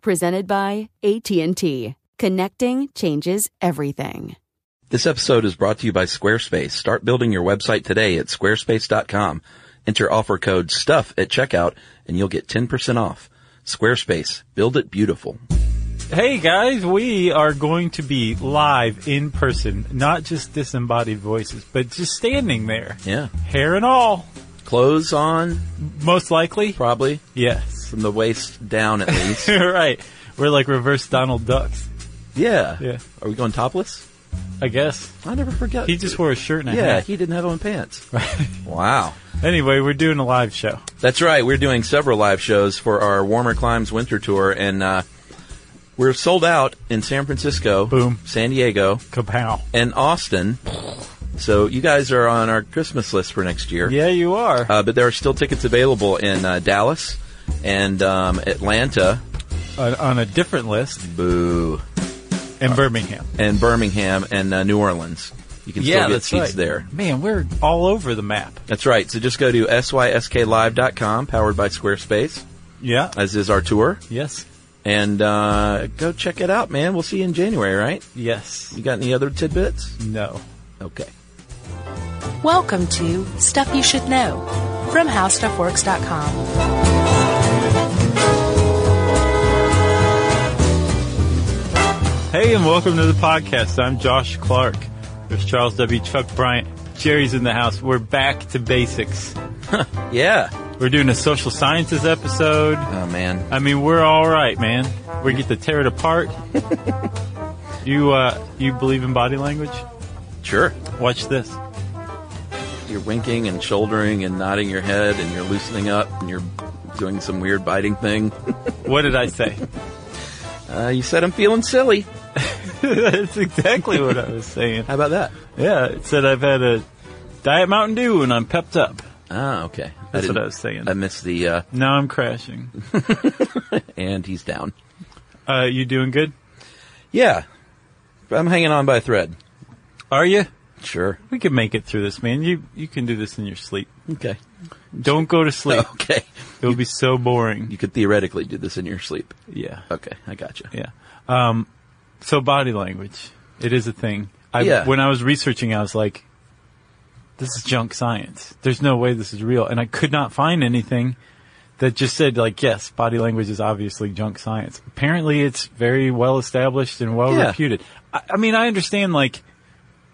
Presented by AT&T. Connecting changes everything. This episode is brought to you by Squarespace. Start building your website today at squarespace.com. Enter offer code STUFF at checkout and you'll get 10% off. Squarespace. Build it beautiful. Hey guys, we are going to be live in person, not just disembodied voices, but just standing there, Yeah. hair and all, Clothes on, most likely. probably. Yes, From the waist down at least. right. We're like reverse Donald Ducks, yeah. Yeah. Are we going topless? I guess. I never forget. He just wore a shirt and a Yeah, hat. he didn't have on pants. wow. Anyway, we're doing a live show. That's right. We're doing several live shows for our Warmer Climbs winter tour, and uh, we're sold out in San Francisco, Boom. San Diego, Kapow. and Austin. So you guys are on our Christmas list for next year. Yeah, you are. Uh, but there are still tickets available in uh, Dallas and um, Atlanta, on, on a different list boo, in Birmingham. and Birmingham and uh, New Orleans. You can still get seats there. Man, we're all over the map. That's right. So just go to sysklive.com, powered by Squarespace, Yeah. as is our tour. yes. and uh, go check it out, man. We'll see you in January, right? Yes. You got any other tidbits? No. Okay. Welcome to Stuff You Should Know from HowStuffWorks.com. Hey, and welcome to the podcast. I'm Josh Clark. There's Charles W. Chuck Bryant. Jerry's in the house. We're back to basics. Yeah. We're doing a social sciences episode. Oh man. I mean, we're all right, man. We get to tear it apart. you, uh, you believe in body language? Sure. Watch this. You're winking and shouldering and nodding your head, and you're loosening up, and you're doing some weird biting thing. What did I say? Uh, you said I'm feeling silly. That's exactly what I was saying. How about that? Yeah, it said I've had a diet Mountain Dew and I'm pepped up. Ah, okay. That's what didn't- I was saying. I missed the. Uh, Now I'm crashing. and he's down. Uh, you doing good? Yeah. I'm hanging on by a thread. Are you? Sure. We can make it through this, man. You you can do this in your sleep. Okay. Don't go to sleep. Okay. It'll be so boring. You could theoretically do this in your sleep. Yeah. Okay, I gotcha. Yeah. Um, so body language, it is a thing. I, Yeah. When I was researching, I was like, this is junk science. There's no way this is real. And I could not find anything that just said like, yes, body language is obviously junk science. Apparently it's very well established and well Yeah. reputed. I, I mean, I understand like,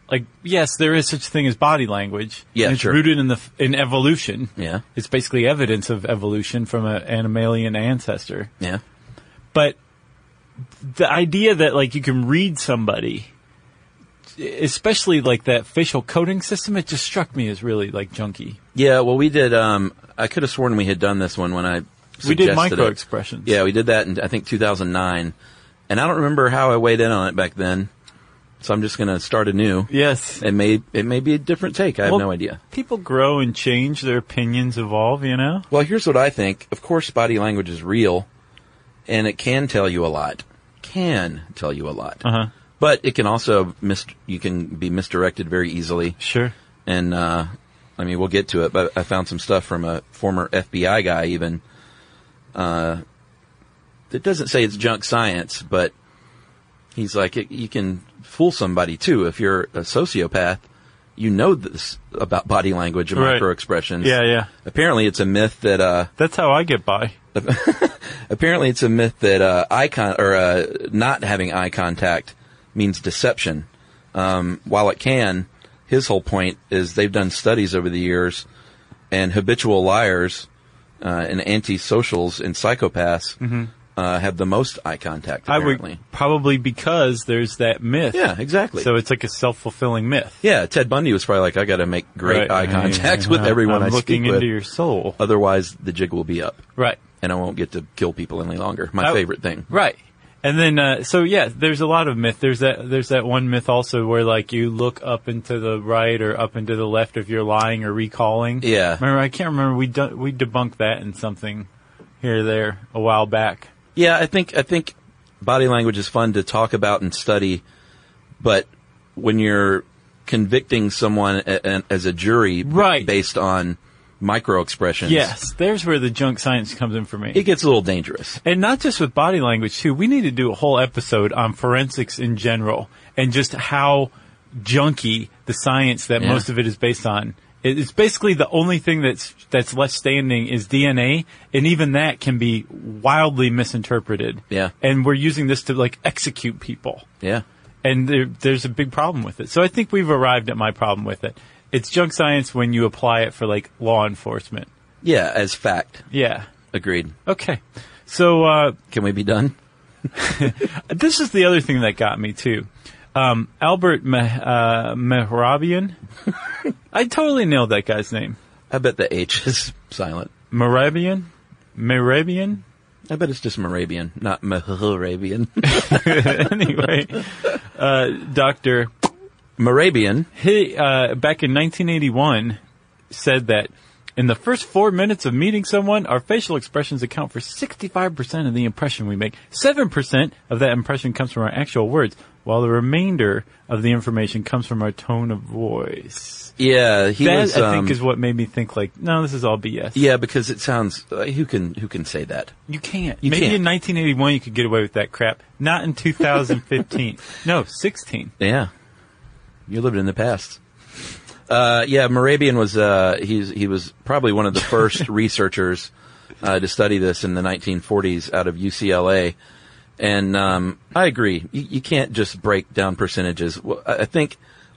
like, yes, there is such a thing as body language. Yeah, and it's sure. rooted in the, f- in evolution. Yeah. It's basically evidence of evolution from a, an mammalian ancestor Yeah. but the idea that like you can read somebody especially like that facial coding system it just struck me as really like junky Yeah, well, we did. Um, I could have sworn we had done this one when I suggested we did micro it. expressions Yeah, we did that in I think 2009, and I don't remember how I weighed in on it back then. So I'm just going to start anew. yes It may it may be a different take. I have Well, no idea. people grow and change their opinions evolve you know Well, here's what I think. Of course, body language is real, and it can tell you a lot. Can tell you a lot. uh-huh But it can also mis- you can be misdirected very easily. sure and uh, I mean we'll get to it, but I found some stuff from a former FBI guy even. Uh, that doesn't say it's junk science, but he's like it, you can fool somebody too if you're a sociopath you know this about body language and Right. micro expressions. Yeah, yeah. Apparently, it's a myth that uh, That's how I get by. apparently it's a myth that uh, eye con- or uh, not having eye contact means deception. Um, while it can, his whole point is they've done studies over the years, and habitual liars uh, and antisocials and psychopaths uh, have the most eye contact. Apparently, Mm-hmm. I would probably because there's that myth. yeah, exactly. So it's like a self-fulfilling myth. yeah, Ted Bundy was probably like, I got to make great Right. eye contact Yeah. with everyone I'm I looking speak into with. your soul. Otherwise, the jig will be up, Right. and I won't get to kill people any longer. My I- favorite thing. Right. And then, uh, so yeah, there's a lot of myth. There's that, there's that one myth also where like you look up into the right or up into the left if you're lying or recalling. Yeah. Remember, I can't remember. We dun- we debunked that in something here or there a while back. Yeah, I think I think body language is fun to talk about and study, but when you're convicting someone a, a, as a jury b- Right. based on micro expressions, Yes. There's where the junk science comes in for me. it gets a little dangerous. And not just with body language too. We need to do a whole episode on forensics in general and just how junky the science that Yeah. most of it is based on. It- It's basically the only thing that's that's left standing is DNA, and even that can be wildly misinterpreted. Yeah. and we're using this to like execute people, Yeah, and there, there's a big problem with it. So I think we've arrived at my problem with it. It's junk science when you apply it for like law enforcement. yeah, as fact. Yeah. Agreed. Okay. So uh, Can we be done? This is the other thing that got me too. Um, Albert Meh- uh, Mehrabian. I totally nailed that guy's name. I bet the H is silent. Mehrabian? Mehrabian? I bet it's just Morabian, not Morabian. anyway, uh, Dr. Morabian. He, uh, back in 1981, said that in the first four minutes of meeting someone, our facial expressions account for 65% of the impression we make. 7% of that impression comes from our actual words, while the remainder of the information comes from our tone of voice. Yeah, he that was. I think um, is what made me think like, no, this is all BS. yeah, because it sounds. Uh, who can who can say that? you can't. You Maybe can't. in 1981 you could get away with that crap. Not in 2015. no, 16. Yeah. You lived in the past. Uh, yeah, Morabian was, uh, he's, he was probably one of the first researchers, uh, to study this in the 1940s out of UCLA. And, um, I agree. You, you can't just break down percentages. Wh- I I think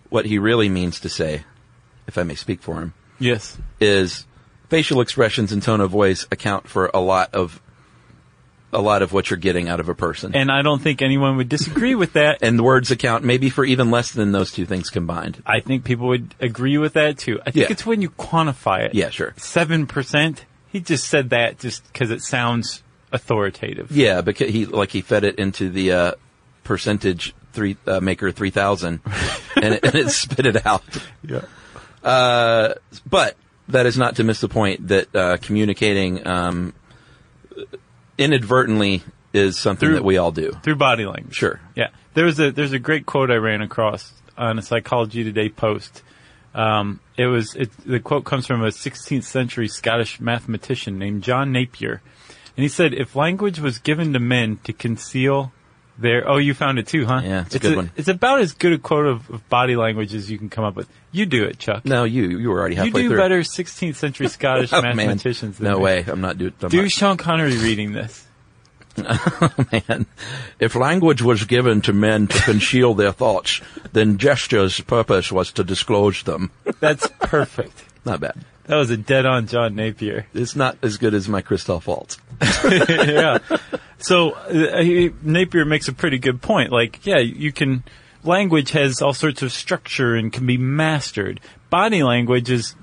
what he really means to say, if I may speak for him, Yes. is facial expressions and tone of voice account for a lot of, a lot of what you're getting out of a person. And I don't think anyone would disagree with that. and the words account maybe for even less than those two things combined. I think people would agree with that too. I think Yeah. it's when you quantify it. Yeah, sure. 7%. He just said that just because it sounds authoritative. Yeah, because he like he fed it into the uh, percentage three uh, maker three thousand, and, it- and it spit it out. Yeah. Uh, but that is not to miss the point that uh, communicating um, inadvertently is something Through- that we all do. Through body language. Sure. Yeah. There was a there's a great quote I ran across on a Psychology Today post. Um, it was it, the quote comes from a 16th century Scottish mathematician named John Napier, and he said if language was given to men to conceal their oh you found it too huh Yeah, it's a good one. It's about as good a quote of, of body language as you can come up with. You do it, Chuck. No, you you were already you halfway do through. better 16th century Scottish Oh, man. mathematicians. Than No me. way, I'm not doing. I'm Do not- Sean Connery reading this? man. If language was given to men to conceal their thoughts, then gesture's purpose was to disclose them. That's perfect. Not bad. that was a dead on John Napier. It's not as good as my Christoph Waltz. yeah. So uh, he- Napier makes a pretty good point. Like, yeah, you can. Language has all sorts of structure and can be mastered. Body language is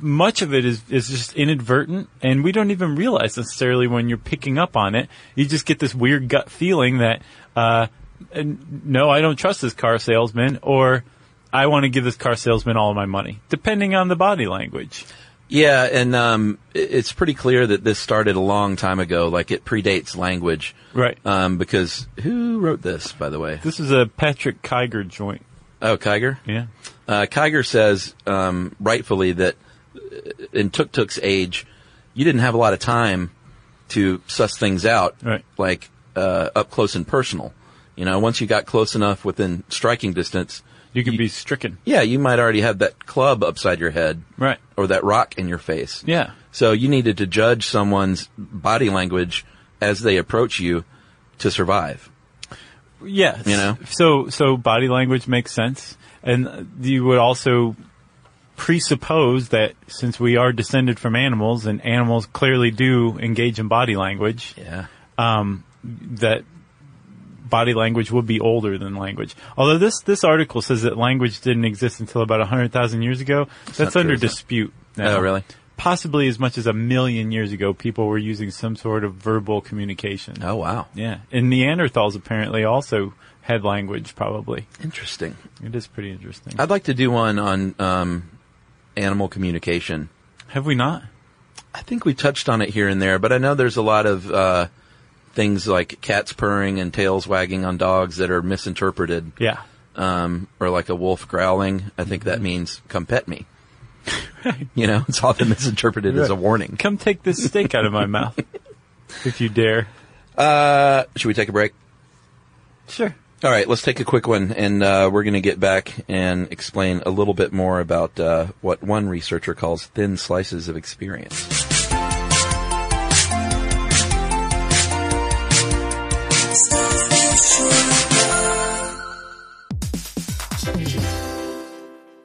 much of it is is just inadvertent, and we don't even realize necessarily when you're picking up on it. You just get this weird gut feeling that, uh, and, no, I don't trust this car salesman, or I want to give this car salesman all of my money, depending on the body language. Yeah, and um, i- it's pretty clear that this started a long time ago. Like it predates language, Right. Um, because who wrote this, by the way? This is a Patrick Kiger joint. Oh, Kiger. Yeah. Uh, Kiger says um, rightfully that uh, in Tuk Tuk's age, you didn't have a lot of time to suss things out, Right. like uh, up close and personal. You know, once you got close enough within striking distance, You can be stricken. Yeah, you might already have that club upside your head Right. or that rock in your face. Yeah. So you needed to judge someone's body language as they approach you to survive. Yes. You know? So so body language makes sense, and you would also presuppose that since we are descended from animals, and animals clearly do engage in body language, Yeah. that body language would be older than language. Although this this article says that language didn't exist until about hundred thousand years ago. That's not under true, is it? dispute. Now. Oh, really? Possibly as much as a million years ago, people were using some sort of verbal communication. Oh, wow. Yeah, and Neanderthals apparently also had language. Probably, Interesting. it is pretty interesting. I'd like to do one on um, animal communication. Have we not? I think we touched on it here and there, but I know there's a lot of uh, things like cats purring and tails wagging on dogs that are misinterpreted, Yeah, um, or like a wolf growling. I think that means "come pet me." you know, it's often misinterpreted as a warning. come take this steak out of my mouth, if you dare. Uh, should we take a break? Sure. All right, let's take a quick one, and uh, we're going to get back and explain a little bit more about uh, what one researcher calls thin slices of experience.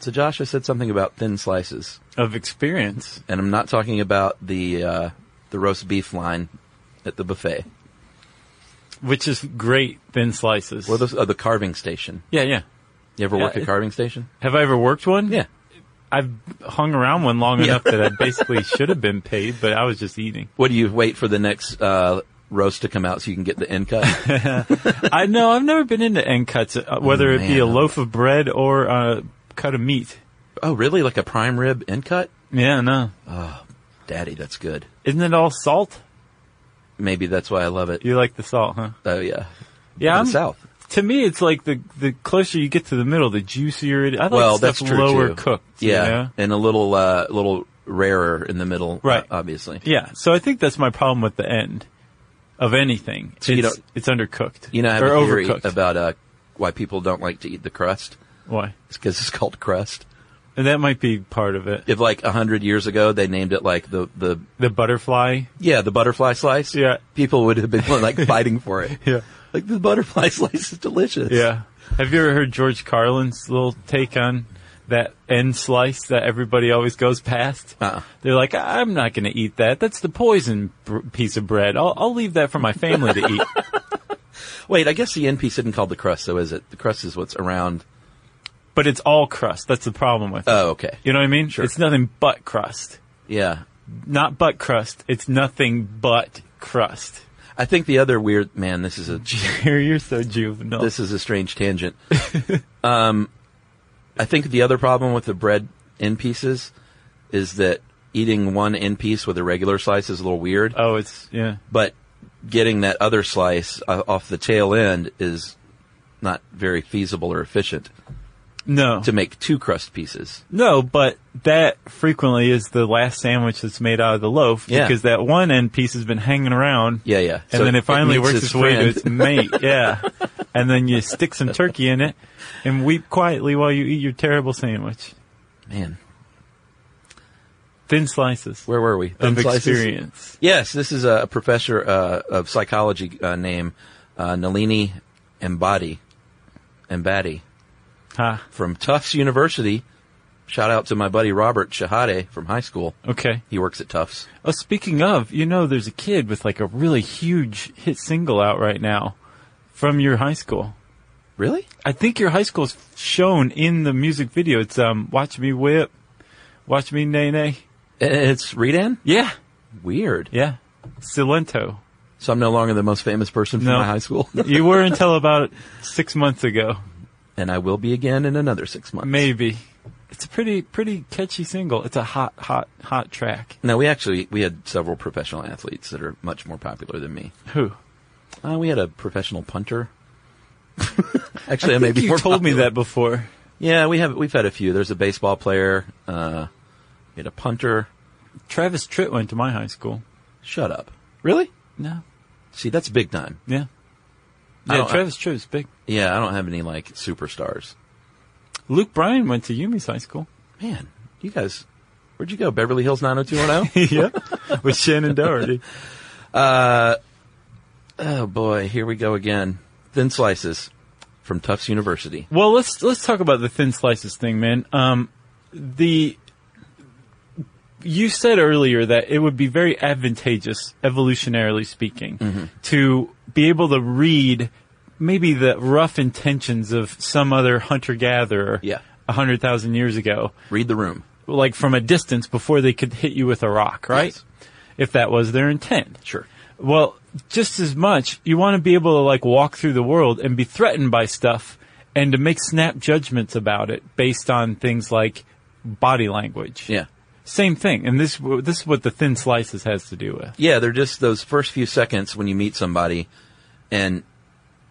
So, Josh, I said something about thin slices, Of experience. and I'm not talking about the, uh, the roast beef line at the buffet which is great thin slices. or the, uh, the carving station. yeah, yeah. You ever Yeah, work at it- carving station? Have I ever worked one? Yeah. I've hung around one long Yeah. enough that I basically should have been paid, but I was just eating. What do you wait for the next uh, roast to come out so you can get the end cut? I know I've never been into end cuts, uh, whether it be a man. loaf of bread or a cut of meat. Oh, really? Like a prime rib end cut? Yeah, no. Daddy, that's good. Uh, Isn't it all salt? Maybe that's why I love it. You like the salt, huh? Oh, yeah. Yeah, the I'm- South. To me, it's like the the closer you get to the middle, the juicier it. I like well, stuff that's true lower too. cooked. you Yeah, know? and a little, uh, little rarer in the middle. Right. uh, Obviously. yeah. So I think that's my problem with the end of anything. So you it's, don't- it's undercooked. You know, I have or a theory overcooked. about uh, why people don't like to eat the crust. Why? It's because it's called crust. And that might be part of it. If like a hundred years ago they named it like the the The butterfly. yeah the butterfly slice, Yeah. people would have been like fighting for it. Yeah. Like the butterfly slice is delicious. Yeah. Have you ever heard George Carlin's little take on that end slice that everybody always goes past? Uh-uh. They're like, I'm not going to eat that. That's the poison br- piece of bread. I'll, I'll leave that for my family to eat. Wait, I guess the end piece isn't called the crust, though, is it? The crust is what's around. But it's all crust. That's the problem with it. Oh, okay. You know what I mean? Sure. It's nothing but crust. Yeah. Not but crust. It's nothing but crust. I think the other weird man. This is a You're so juvenile. this is a strange tangent. um, I think the other problem with the bread end pieces is that eating one end piece with a regular slice is a little weird, oh, it's yeah. but getting that other slice uh, off the tail end is not very feasible or efficient No, to make two crust pieces. no, but that frequently is the last sandwich that's made out of the loaf Yeah. because that one end piece has been hanging around. Yeah, yeah. And So then it finally meets works its its way to friend. its mate. Yeah. and then you stick some turkey in it and weep quietly while you eat your terrible sandwich. Man, Thin slices where were we? of Thin slices? experience. Yes, this is a professor uh, of psychology uh, name uh, Nalini Ambati. Ambati. Ha. from Tufts University. Shout out to my buddy Robert Shahade from high school. Okay. He works at Tufts. Oh, speaking of, you know, there's a kid with like a really huge hit single out right now from your high school. Really? I think your high school's shown in the music video. It's um, "Watch Me Whip," "Watch Me Nay Nay." It's Redan? Yeah, Weird. yeah. Silento. So I'm no longer the most famous person from No. my high school. You were until about six months ago, and I will be again in another six months. maybe. It's a pretty, pretty catchy single. It's a hot, hot, hot track. No, we actually, we had several professional athletes that are much more popular than me. Who? Uh, we had a professional punter. actually, I maybe you more told me popular. that before. Yeah, we have, we've had a few. There's a baseball player, uh, we had a punter. Travis Tritt went to my high school. Shut up. Really? No. See, that's big time. Yeah. I Yeah, don't- Travis Tritt was big. Yeah, I don't have any like superstars. Luke Bryan went to Yumi's high school. Man, you guys, where'd you go? Beverly Hills 90210? yeah. With Shannon Doherty. oh boy, here we go again. Thin slices from Tufts University. Well, let's let's talk about the thin slices thing, man. Um, the you said earlier that it would be very advantageous, evolutionarily speaking, Mm-hmm. to be able to read maybe the rough intentions of some other hunter gatherer. Yeah. A hundred thousand years ago, Read the room. like from a distance before they could hit you with a rock, right? Yes. If that was their intent. Sure. Well, just as much, you want to be able to like walk through the world and be threatened by stuff and to make snap judgments about it based on things like body language. Yeah. Same thing. And this, this is what the thin slices has to do with. Yeah, they're just those first few seconds when you meet somebody. And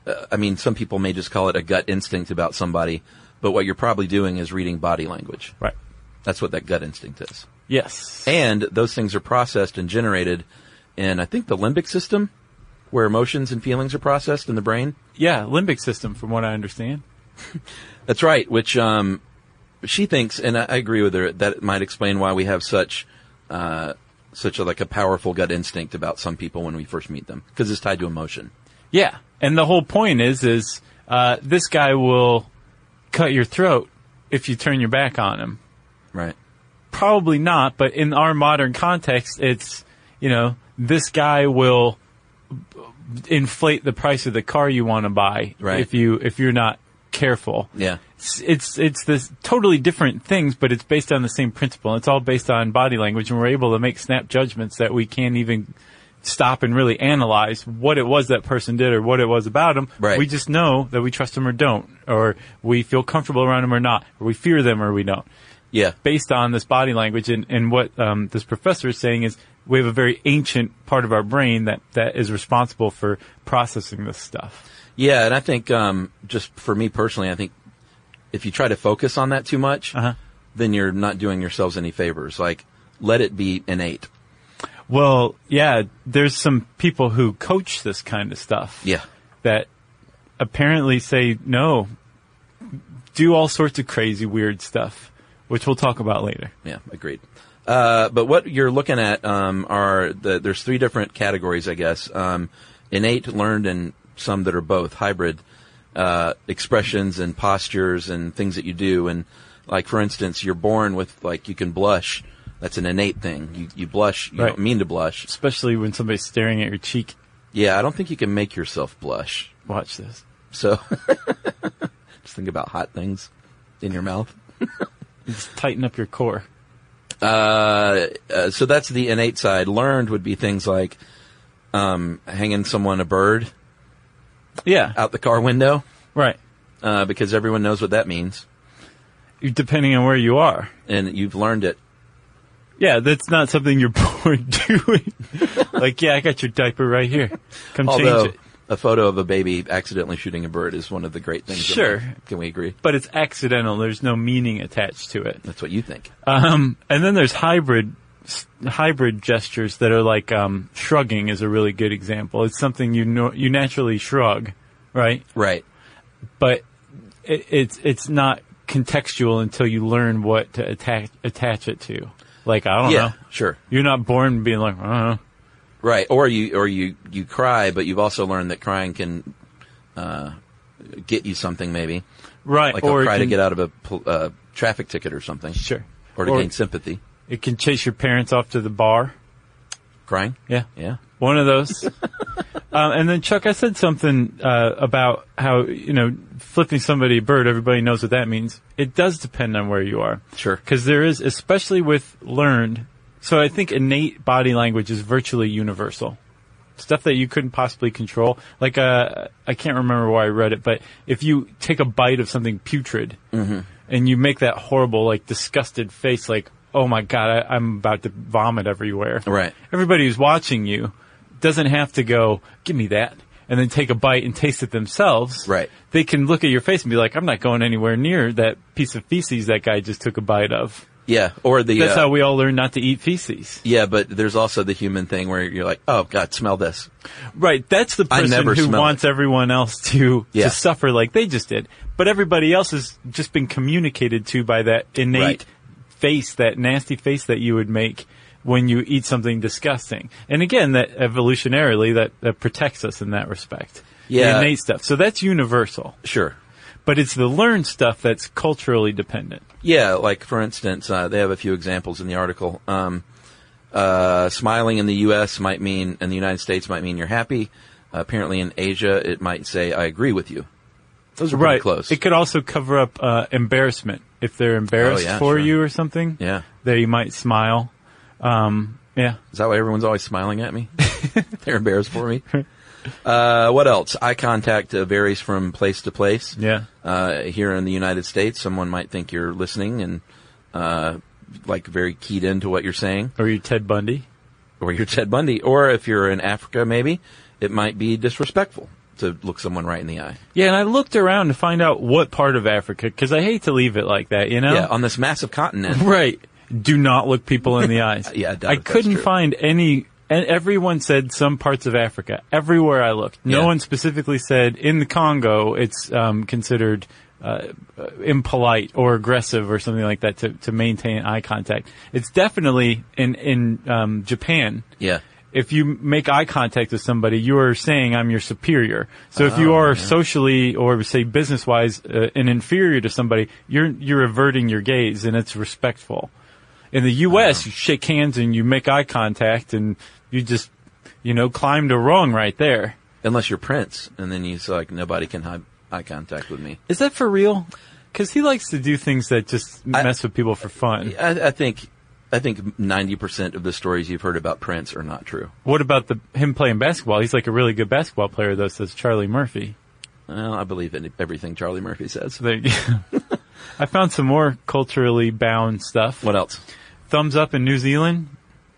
uh, I mean, some people may just call it a gut instinct about somebody, but what you're probably doing is reading body language. Right. That's what that gut instinct is. Yes. And those things are processed and generated in, I think, the limbic system, where emotions and feelings are processed in the brain. yeah. Limbic system, from what I understand. That's right. Which um, she thinks, and I, I agree with her. That might explain why we have such, uh, such a, like a powerful gut instinct about some people when we first meet them, because it's tied to emotion. Yeah. And the whole point is, is, uh, this guy will cut your throat if you turn your back on him. Right. probably not, but in our modern context, it's, you know, this guy will inflate the price of the car you want to buy Right. if you if you're not careful. Yeah. It's it's, it's this totally different things, but it's based on the same principle. It's all based on body language and we're able to make snap judgments that we can't even stop and really analyze what it was that person did or what it was about them. Right. We just know that we trust them or don't or we feel comfortable around them or not or we fear them or we don't Yeah. based on this body language and, and what um, this professor is saying is we have a very ancient part of our brain that, that is responsible for processing this stuff. Yeah. And I think, um, just for me personally, I think if you try to focus on that too much, Uh-huh. then you're not doing yourselves any favors. Like, let it be innate. Well, yeah, there's some people who coach this kind of stuff Yeah. that apparently say no, do all sorts of crazy weird stuff, which we'll talk about later. Yeah, agreed. Uh, but what you're looking at um, are the there's three different categories, I guess: um, innate, learned, and some that are both hybrid uh, expressions and postures and things that you do. And like for instance, you're born with like you can blush. That's an innate thing. You you blush. You Right. don't mean to blush. Especially when somebody's staring at your cheek Yeah, I don't think you can make yourself blush. Watch this. So just think about hot things in your mouth. Just tighten up your core. Uh, uh, so that's the innate side. Learned would be things like um, hanging someone a bird Yeah. out the car window Right. uh, because everyone knows what that means, Depending on where you are. and you've learned it. Yeah, that's not something you're born doing. like, yeah, I got your diaper right here. Come Although change it. a photo of a baby accidentally shooting a bird is one of the great things. of Sure. life. can we agree? But it's accidental. There's no meaning attached to it. That's what you think. Um, and then there's hybrid s- hybrid gestures that are like um, shrugging is a really good example. It's something you know, you naturally shrug, right? Right. But it, it's it's not contextual until you learn what to attach attach it to. Like I don't yeah. know, Sure. you're not born being like, uh, Right. Or you or you you cry, but you've also learned that crying can uh, get you something maybe. right? Like or I'll it cry to can- get out of a pol- uh, traffic ticket or something. Sure. Or to Or- gain sympathy. It can chase your parents off to the bar. Crying. Yeah. Yeah. One of those. um, and then Chuck, I said something uh, about how you know flipping somebody a bird. Everybody knows what that means. It does depend on where you are, Sure. because there is, especially with learned. So I think innate body language is virtually universal. Stuff that you couldn't possibly control. Like uh, I can't remember where I read it, but if you take a bite of something putrid Mm-hmm. and you make that horrible, like disgusted face, like oh my god, I, I'm about to vomit everywhere Right. everybody who's watching you doesn't have to go, give me that, and then take a bite and taste it themselves. Right. They can look at your face and be like, I'm not going anywhere near that piece of feces that guy just took a bite of. Yeah. Or the That's uh, how we all learn not to eat feces. yeah, but there's also the human thing where you're like, oh God, smell this. Right. That's the I person never who smell wants everyone else to, Yeah. to suffer like they just did. But everybody else has just been communicated to by that innate Right. face, that nasty face that you would make when you eat something disgusting. And again, that evolutionarily, that, that protects us in that respect. The Yeah. innate stuff. So that's universal. Sure. But it's the learned stuff that's culturally dependent. Yeah, like for instance, uh, they have a few examples in the article. Um, uh, smiling in the U.S. might mean, in the United States, might mean you're happy. apparently, in Asia, it might say, "I agree with you." Those are pretty Right. close. It could also cover up uh, embarrassment. If they're embarrassed Oh, yeah, for sure. you or something, yeah, they might smile. Um, yeah. is that why everyone's always smiling at me? They're embarrassed for me. Uh, what else? Eye contact uh, varies from place to place. Yeah. Uh, here in the United States, someone might think you're listening and uh, like very keyed into what you're saying. Or you Ted Bundy? or you're Ted Bundy, or if you're in Africa, maybe it might be disrespectful to look someone right in the eye. Yeah, and I looked around to find out what part of Africa, because I hate to leave it like that, you know? Yeah, on this massive continent. right. Do not look people in the eyes. Yeah, I doubt I if that's couldn't true. find any, and everyone said some parts of Africa. Everywhere I looked. No Yeah. one specifically said in the Congo it's um, considered uh, impolite or aggressive or something like that to, to maintain eye contact. It's definitely in, in um, Japan. Yeah, if you make eye contact with somebody, you are saying I'm your superior. So if you are socially or say business wise uh, an inferior to somebody, you're you're averting your gaze and it's respectful. In the U.S., you shake hands and you make eye contact and you just you know climbed a rung right there. unless you're Prince, and then he's like, nobody can have eye contact with me. Is that for real? Because he likes to do things that just I- mess with people for fun. I, I think, I think ninety percent of the stories you've heard about Prince are not true. What about the him playing basketball? He's like a really good basketball player, though. Says Charlie Murphy. Well, I believe in everything Charlie Murphy says. There you go. I found some more culturally bound stuff. What else? Thumbs up in New Zealand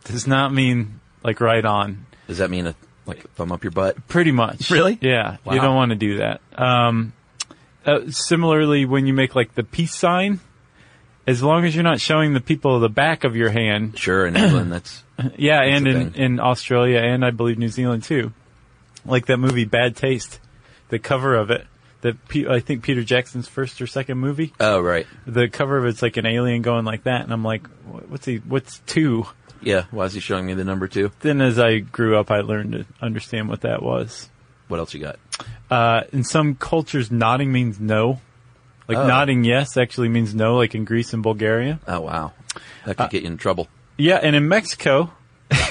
does not mean like right on. Does that mean a like thumb up your butt? Pretty much. Really? Yeah. Wow. You don't want to do that. Um, uh, similarly, when you make like the peace sign, as long as you're not showing the people the back of your hand, Sure, in England, that's yeah, and a in, thing. in Australia and I believe New Zealand too, like that movie Bad Taste, the cover of it, that Pe- I think Peter Jackson's first or second movie. oh right, the cover of it's like an alien going like that, and I'm like, "Wh- what's he? What's two? yeah. Why is he showing me the number two? Then as I grew up, I learned to understand what that was. What else you got? Uh, in some cultures, nodding means no. Like Oh. nodding yes actually means no, like in Greece and Bulgaria. Uh, Oh wow, that could get you in trouble. Yeah, and in Mexico,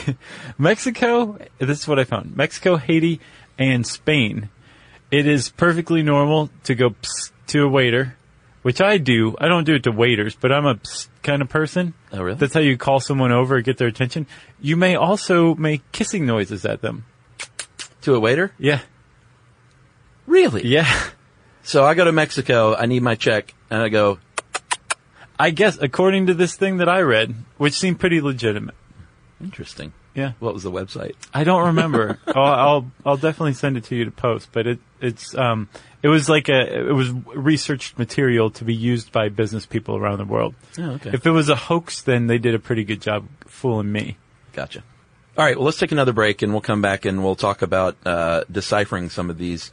Mexico, this is what I found. Mexico, Haiti, and Spain. It is perfectly normal to go psst to a waiter, which I do. I don't do it to waiters, but I'm a psst kind of person. Oh, really? That's how you call someone over and get their attention. You may also make kissing noises at them. To a waiter? Yeah. Really? Yeah. So I go to Mexico, I need my check, and I go, I guess according to this thing that I read, which seemed pretty legitimate. interesting. Yeah. What was the website? I don't remember. I'll, Oh, I'll I'll definitely send it to you to post, but it it's um it was like a it was researched material to be used by business people around the world. Oh, okay. If it was a hoax, then they did a pretty good job fooling me. Gotcha. All right, well, let's take another break and we'll come back and we'll talk about uh, deciphering some of these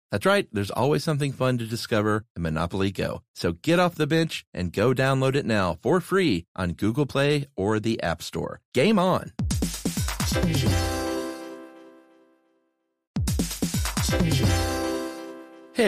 That's right, there's always something fun to discover in Monopoly Go. So get off the bench and go download it now for free on Google Play or the App Store. Game on! Hey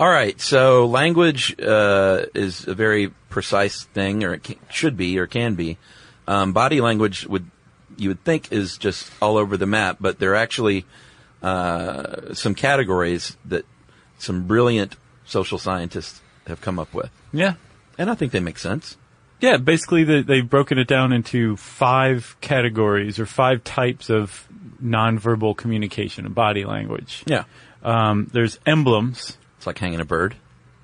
All right. So language uh, is a very precise thing, or it can, should be, or can be. Um, body language would you would think is just all over the map, but there are actually uh, some categories that some brilliant social scientists have come up with, Yeah. and I think they make sense. Yeah, basically the, they've broken it down into five categories or five types of nonverbal communication and body language. Yeah, Um, there's emblems, it's like hanging a bird.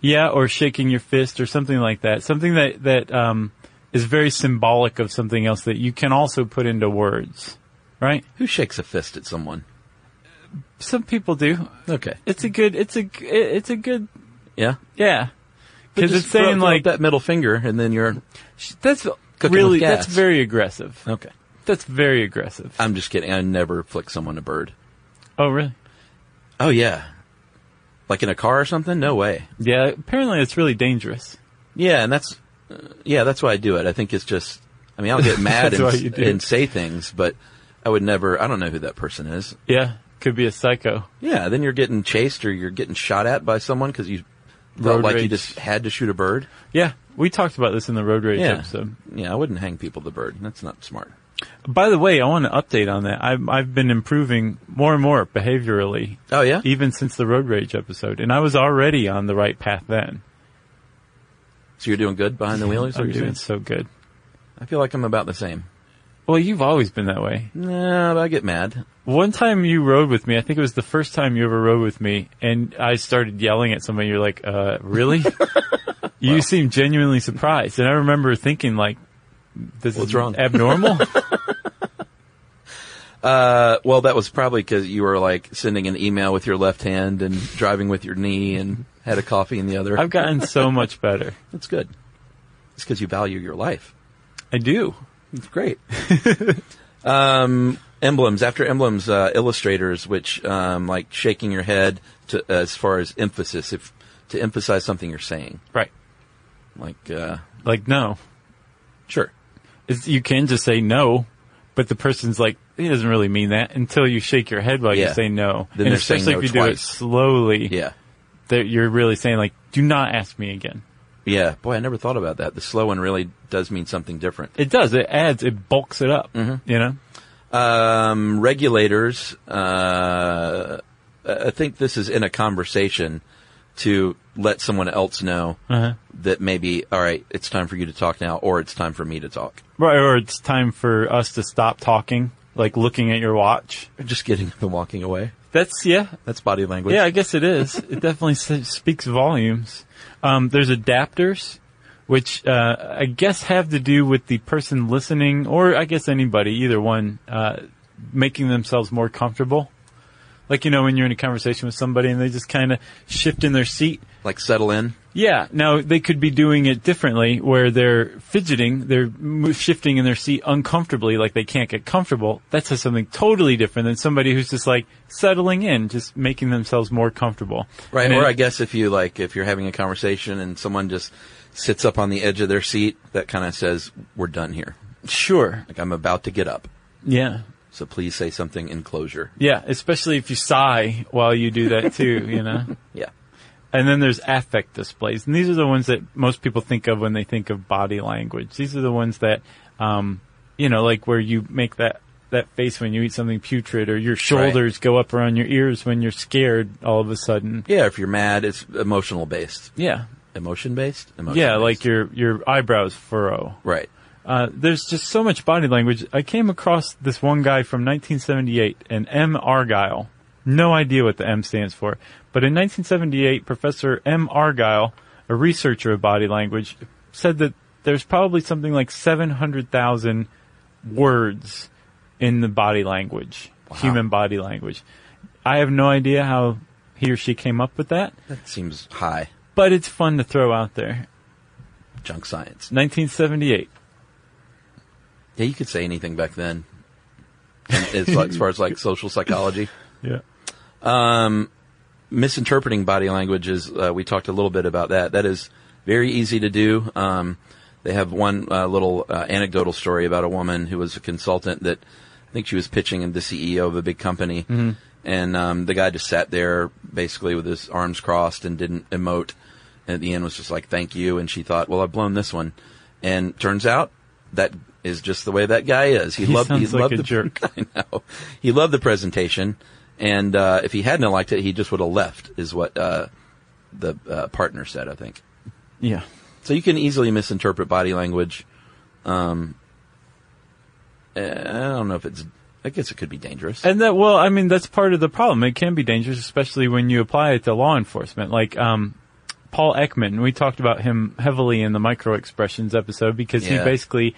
Yeah, or shaking your fist or something like that. Something that that um, is very symbolic of something else that you can also put into words, right? Who shakes a fist at someone? Some people do. Okay. It's a good. It's a. g- it- It's a good. Yeah. Yeah, because Just it's throw- saying throw up like that middle finger, and then you're that's with really gas. that's very aggressive. okay. That's very aggressive. I'm just kidding. I never flick someone a bird. oh really? Oh yeah, like in a car or something? No way. Yeah. Apparently, it's really dangerous. Yeah, and that's uh, yeah, that's why I do it. I think it's just. I mean, I'll get mad That's and, why s- you do it. and say things, but I would never. I don't know who that person is. Yeah, could be a psycho. Yeah, then you're getting chased or you're getting shot at by someone because you felt Road like you rage. just had to shoot a bird. Yeah, we talked about this in the road rage Yeah, episode. yeah, I wouldn't hang people the bird. That's not smart. By the way, I want to update on that. I've, I've been improving more and more behaviorally Oh yeah, even since the road rage episode, and I was already on the right path then. so you're doing good behind the wheel. is what I'm you're doing saying? so good. I feel like I'm about the same. Well, you've always been that way. Nah, but I get mad. One time you rode with me, I think it was the first time you ever rode with me, and I started yelling at somebody. You're like, "Uh, really?" you seemed genuinely surprised, and I remember thinking like, "This What's is wrong? abnormal." Uh, well, that was probably because you were like sending an email with your left hand and driving with your knee and had a coffee in the other. I've gotten so much better. That's good. It's because you value your life. I do. It's great. um, emblems after emblems, uh, illustrators, which um, like shaking your head to uh, as far as emphasis, if to emphasize something you're saying, Right. like uh, Like no, sure, it's, you can just say no, but the person's like, he doesn't really mean that until you shake your head while Yeah. you say no. Then and they're saying especially no if you do it twice. slowly, yeah, that you're really saying like, do not ask me again. yeah. Boy, I never thought about that. The slow one really does mean something different. It does. It adds. It bulks it up. Mm-hmm. You know. Um, regulators, uh, I think this is in a conversation to let someone else know Uh-huh. that maybe, all right, it's time for you to talk now, or it's time for me to talk. Right. Or it's time for us to stop talking. Like looking at your watch. Just getting up and walking away. That's yeah. That's body language. Yeah, I guess it is. It definitely s- speaks volumes. Um, there's adapters, which uh, I guess have to do with the person listening, or I guess anybody, either one, uh, making themselves more comfortable. Like you know, when you're in a conversation with somebody and they just kind of shift in their seat. Like settle in. Yeah. Now they could be doing it differently, where they're fidgeting, they're mo- shifting in their seat uncomfortably, like they can't get comfortable. That's just something totally different than somebody who's just like settling in, just making themselves more comfortable. Right. And Or it- I guess if you like, if you're having a conversation and someone just sits up on the edge of their seat, that kind of says, we're done here. sure. Like I'm about to get up. Yeah. So please say something in closure. Yeah. Especially if you sigh while you do that too, you know. Yeah. And then there's affect displays, and these are the ones that most people think of when they think of body language. These are the ones that, um, you know, like where you make that that face when you eat something putrid, or your shoulders go up around your ears when you're scared all of a sudden. Yeah. If you're mad, it's emotional based. Yeah, Emotion based? Emotion yeah, like your your eyebrows furrow. Right. Uh, there's just so much body language. I came across this one guy from 1978, an M. Argyle. No idea what the M stands for. But in 1978, Professor M. Argyle, a researcher of body language, said that there's probably something like 700,000 words in the body language, human body language. I have no idea how he or she came up with that, That seems high. but it's fun to throw out there. Junk science. 1978. Yeah, you could say anything back then. And as, as far as like social psychology, Yeah. misinterpreting body language is, uh, we talked a little bit about that. That is very easy to do. Um, they have one uh, little uh, anecdotal story about a woman who was a consultant that I think she was pitching him the CEO of a big company. Mm-hmm. And um, the guy just sat there basically with his arms crossed and didn't emote. And at the end was just like, thank you. And she thought, well, I've blown this one. And turns out that is just the way that guy is. He, He loved, he sounds like loved a the, jerk. I know. He loved the presentation. And uh, if he hadn't have liked it, he just would have left, is what uh, the uh, partner said, I think. Yeah. So you can easily misinterpret body language. Um, eh, I don't know if it's. I guess it could be dangerous. And that, well, I mean, that's part of the problem. It can be dangerous, especially when you apply it to law enforcement. Like, um, Paul Ekman, we talked about him heavily in the microexpressions episode because Yeah. he basically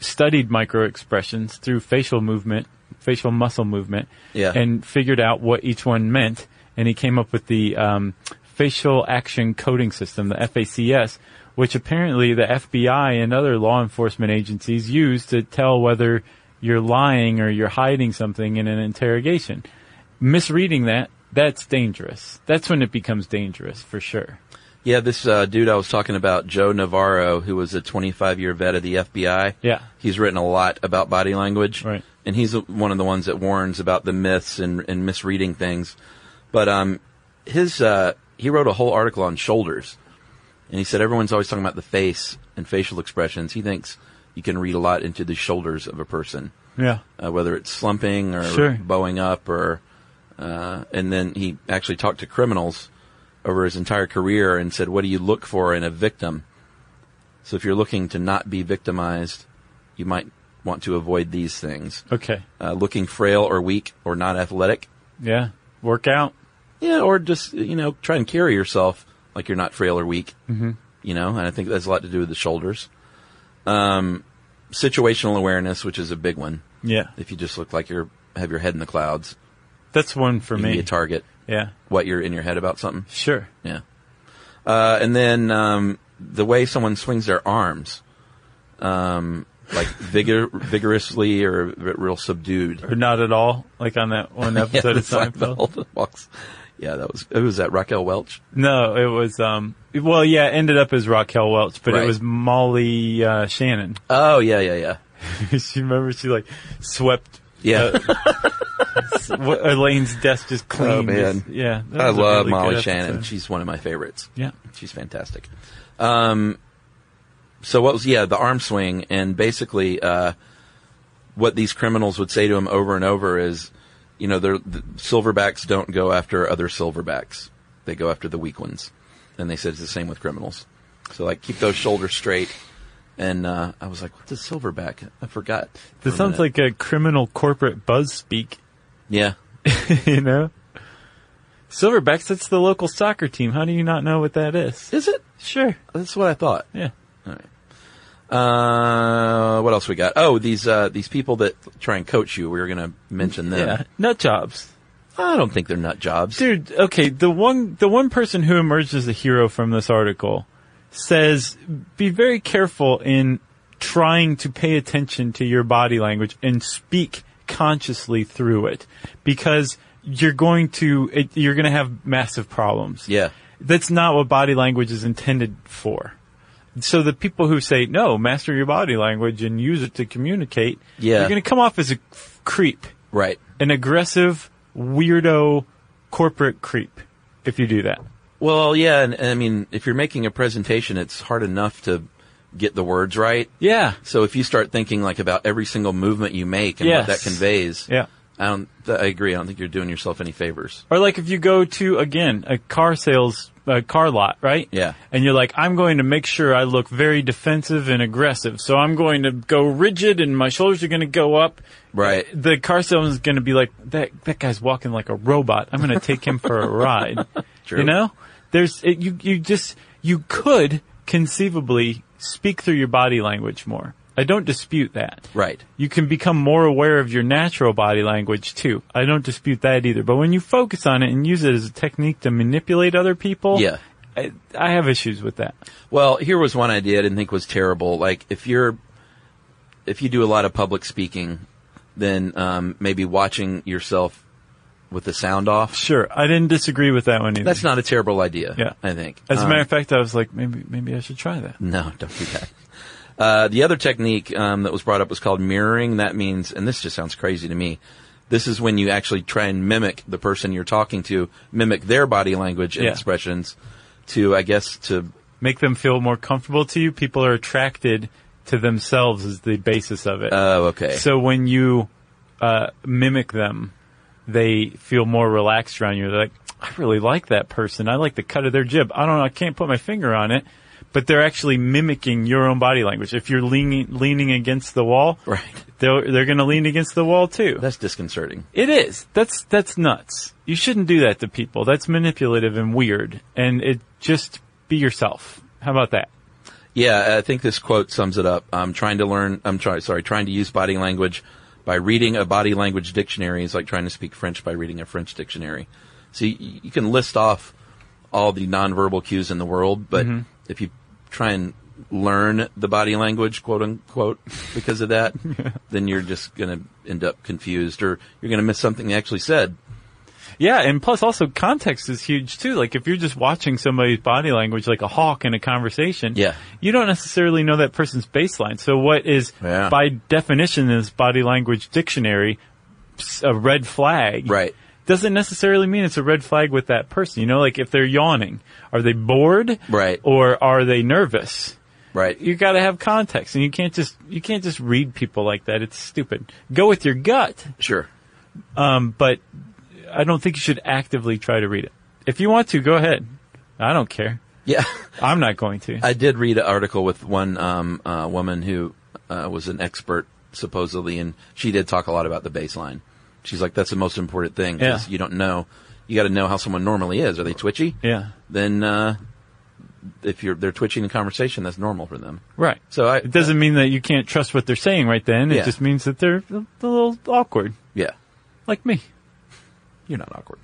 studied microexpressions through facial movement, facial muscle movement, Yeah. and figured out what each one meant. And he came up with the um, facial action coding system, the FACS, which apparently the FBI and other law enforcement agencies use to tell whether you're lying or you're hiding something in an interrogation. Misreading that, that's dangerous. That's when it becomes dangerous for sure. Yeah, this uh, dude I was talking about, Joe Navarro, who was a 25 year vet of the FBI. Yeah. He's written a lot about body language. Right. And he's a- one of the ones that warns about the myths and, and misreading things. But um, his uh, he wrote a whole article on shoulders. And he said everyone's always talking about the face and facial expressions. He thinks you can read a lot into the shoulders of a person Yeah. uh, whether it's slumping or Sure. bowing up or uh, and then he actually talked to criminals over his entire career and said what do you look for in a victim so if you're looking to not be victimized you might want to avoid these things Okay. uh, looking frail or weak or not athletic Yeah. Work out. yeah or just you know try and carry yourself like you're not frail or weak mm-hmm. you know and i think that's a lot to do with the shoulders um, situational awareness which is a big one Yeah. if you just look like you're have your head in the clouds That's one for you can be me. a target yeah. what you're in your head about something Sure. yeah Uh, and then um, the way someone swings their arms, um, like vigor, vigorously or real subdued. Or not at all, like on that one episode the of Seinfeld. Seinfeld walks. Yeah, that was it. Was that Raquel Welch? No, it was um. Well, yeah, it ended up as Raquel Welch, but Right. it was Molly uh, Shannon. Oh yeah, yeah, yeah. she remember she like swept Yeah, s- what- Elaine's desk just clean. Oh, man. just- yeah, that I was a love really Molly good Shannon. episode. She's one of my favorites. yeah, She's fantastic. Um, so what was, yeah, the arm swing and basically, uh, what these criminals would say to him over and over is, you know, they're, the silverbacks don't go after other silverbacks. They go after the weak ones. And they said it's the same with criminals. So like, keep those shoulders straight. And, uh, I was like, what's a silverback? I forgot. this sounds like a criminal corporate buzz speak. yeah. you know, Silverbacks. That's the local soccer team. How do you not know what that is? Is it? Sure. That's what I thought. Yeah. Uh, what else we got? Oh, these, uh, these people that try and coach you. We were going to mention them. Yeah. Nut jobs. I don't think they're nut jobs. Dude, okay, the one the one person who emerged as a hero from this article says be very careful in trying to pay attention to your body language and speak consciously through it because you're going to it, you're going to have massive problems. Yeah. That's not what body language is intended for. So the people who say no, master your body language and use it to communicate, Yeah. you're going to come off as a f- creep Right. an aggressive weirdo corporate creep if you do that. Well, yeah, and, and I mean, if you're making a presentation, it's hard enough to get the words right. Yeah. So if you start thinking like about every single movement you make and Yes. what that conveys, Yeah. I don't. I agree. I don't think you're doing yourself any favors. Or like if you go to again a car sales a car lot, right? Yeah. And you're like, I'm going to make sure I look very defensive and aggressive. So I'm going to go rigid and my shoulders are going to go up. Right. The car salesman's going to be like, that that guy's walking like a robot. I'm going to take him for a ride. True. You know? There's it, you you just you could conceivably speak through your body language more. I don't dispute that. Right. You can become more aware of your natural body language too. I don't dispute that either. But when you focus on it and use it as a technique to manipulate other people, Yeah. I, I have issues with that. Well, here was one idea I didn't think was terrible. Like if you're, if you do a lot of public speaking, then um, maybe watching yourself with the sound off. Sure, I didn't disagree with that one either. That's not a terrible idea. Yeah. I think. as a Um, matter of fact, I was like, maybe maybe I should try that. No, don't do that. Uh, the other technique um, that was brought up was called mirroring. That means, and this just sounds crazy to me, this is when you actually try and mimic the person you're talking to, mimic their body language and Yeah. expressions to, I guess, to Make them feel more comfortable to you. People are attracted to themselves as the basis of it. oh, okay, So when you uh, mimic them, they feel more relaxed around you. They're like, I really like that person. I like the cut of their jib. I don't know. I can't put my finger on it. But they're actually mimicking your own body language. If you're leaning leaning against the wall, Right. They're they're going to lean against the wall too. that's disconcerting. It is. That's that's nuts. You shouldn't do that to people. That's manipulative and weird. And it just be yourself. How about that? Yeah, I think this quote sums it up. I'm trying to learn. I'm trying. Sorry, trying to use body language by reading a body language dictionary is like trying to speak French by reading a French dictionary. So you, you can list off all the nonverbal cues in the world, but if you try and learn the body language, quote unquote, because of that, then you're just going to end up confused or you're going to miss something they actually said. Yeah, and plus also context is huge too. Like if you're just watching somebody's body language like a hawk in a conversation, Yeah. you don't necessarily know that person's baseline. So what is Yeah. by definition in this body language dictionary s- a red flag? Right. Doesn't necessarily mean it's a red flag with that person. You know, like if they're yawning, are they bored? Right. Or are they nervous? Right. You gotta have context and you can't just, you can't just read people like that. It's stupid. Go with your gut Sure. but I don't think you should actively try to read it. If you want to, go ahead. I don't care. Yeah. I'm not going to. I did read an article with one um, uh, woman who uh, was an expert supposedly, and she did talk a lot about the baseline. She's like, "That's the most important thing. Yeah. 'cause You don't know. You got to know how someone normally is. Are they twitchy? yeah. Then uh, if you're they're twitchy in conversation, that's normal for them. Right. So I it doesn't mean that you can't trust what they're saying right then. Yeah. It just means that they're a little awkward, yeah, like me. you're not awkward.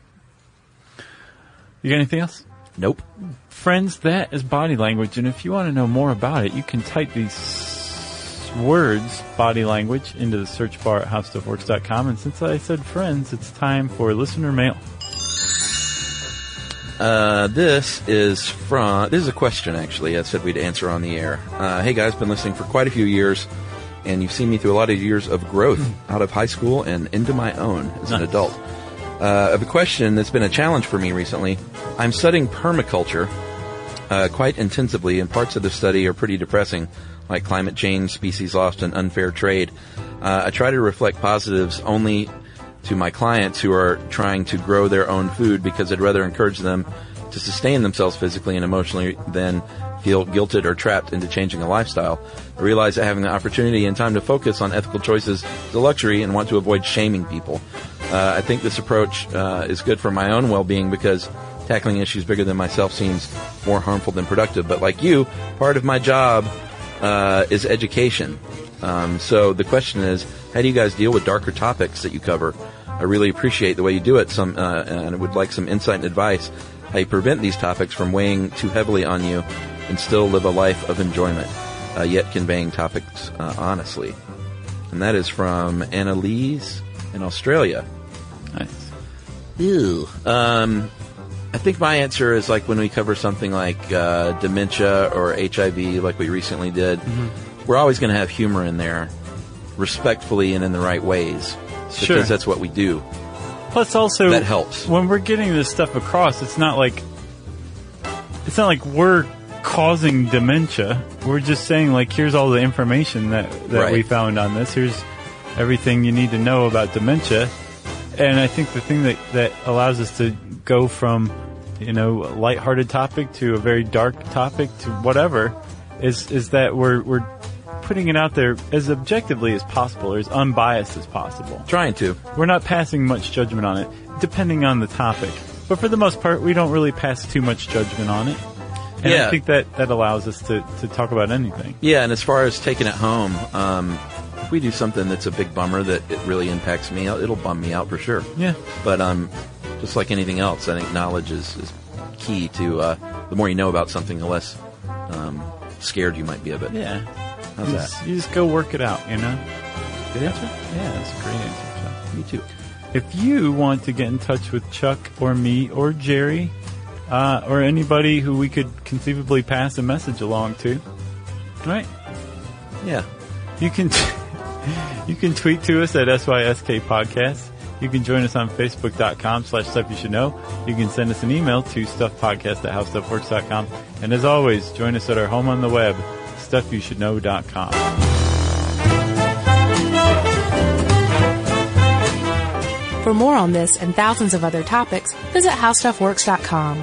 You got anything else? Nope. Friends, that is body language, and if you want to know more about it, you can type these words, body language, into the search bar at howstuffworks.com. And since I said friends, it's time for listener mail. Uh, this is from. This is a question, actually. I said we'd answer on the air. Uh, hey guys, been listening for quite a few years, and you've seen me through a lot of years of growth out of high school and into my own as an Nice. adult. Uh, I have a question that's been a challenge for me recently. I'm studying permaculture uh, quite intensively, and parts of the study are pretty depressing, like climate change, species loss, and unfair trade. Uh, I try to reflect positives only to my clients who are trying to grow their own food because I'd rather encourage them to sustain themselves physically and emotionally than feel guilted or trapped into changing a lifestyle. I realize that having the opportunity and time to focus on ethical choices is a luxury and want to avoid shaming people. Uh, I think this approach uh, is good for my own well-being because tackling issues bigger than myself seems more harmful than productive. But like you, part of my job uh, is education. Um, so the question is, how do you guys deal with darker topics that you cover? I really appreciate the way you do it. Some uh, and I would like some insight and advice how you prevent these topics from weighing too heavily on you and still live a life of enjoyment, uh, yet conveying topics uh, honestly. And that is from Annalise in Australia. Nice. Ew. Um, I think my answer is like when we cover something like uh, dementia or HIV, like we recently did, Mm-hmm. we're always going to have humor in there, respectfully and in the right ways, because Sure. that's what we do. Plus, also That helps. when we're getting this stuff across. It's not like it's not like we're causing dementia. We're just saying like, here's all the information that that we Right. found on this. Here's everything you need to know about dementia. And I think the thing that that allows us to go from you know a lighthearted topic to a very dark topic to whatever is is that we're we're putting it out there as objectively as possible or as unbiased as possible. Trying to. We're not passing much judgment on it, depending on the topic. But for the most part, we don't really pass too much judgment on it. And Yeah. I think that, that allows us to, to talk about anything. Yeah, and as far as taking it home, um, if we do something that's a big bummer that it really impacts me, it'll bum me out for sure. Yeah. But um, just like anything else, I think knowledge is, is key to uh, the more you know about something, the less um, scared you might be of it. Yeah. How's you, that? Just, you just go work it out, you know? Good answer? Yeah, that's a great answer, Chuck. Me too. If you want to get in touch with Chuck or me or Jerry uh, or anybody who we could conceivably pass a message along to, right? Yeah. You can you can tweet to us at SYSK Podcast. You can join us on Facebook.com slash Stuff You Should Know. You can send us an email to StuffPodcast at HowStuffWorks.com. And as always, join us at our home on the web, StuffYouShouldKnow.com. For more on this and thousands of other topics, visit howstuffworks.com.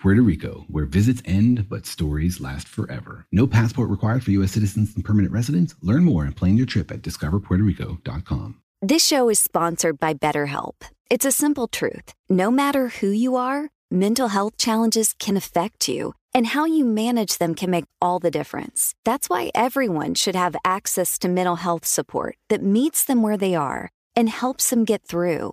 Puerto Rico, where visits end but stories last forever. No passport required for U.S. citizens and permanent residents. Learn more and plan your trip at discoverpuertorico.com. This show is sponsored by BetterHelp. It's a simple truth. No matter who you are, mental health challenges can affect you, and how you manage them can make all the difference. That's why everyone should have access to mental health support that meets them where they are and helps them get through.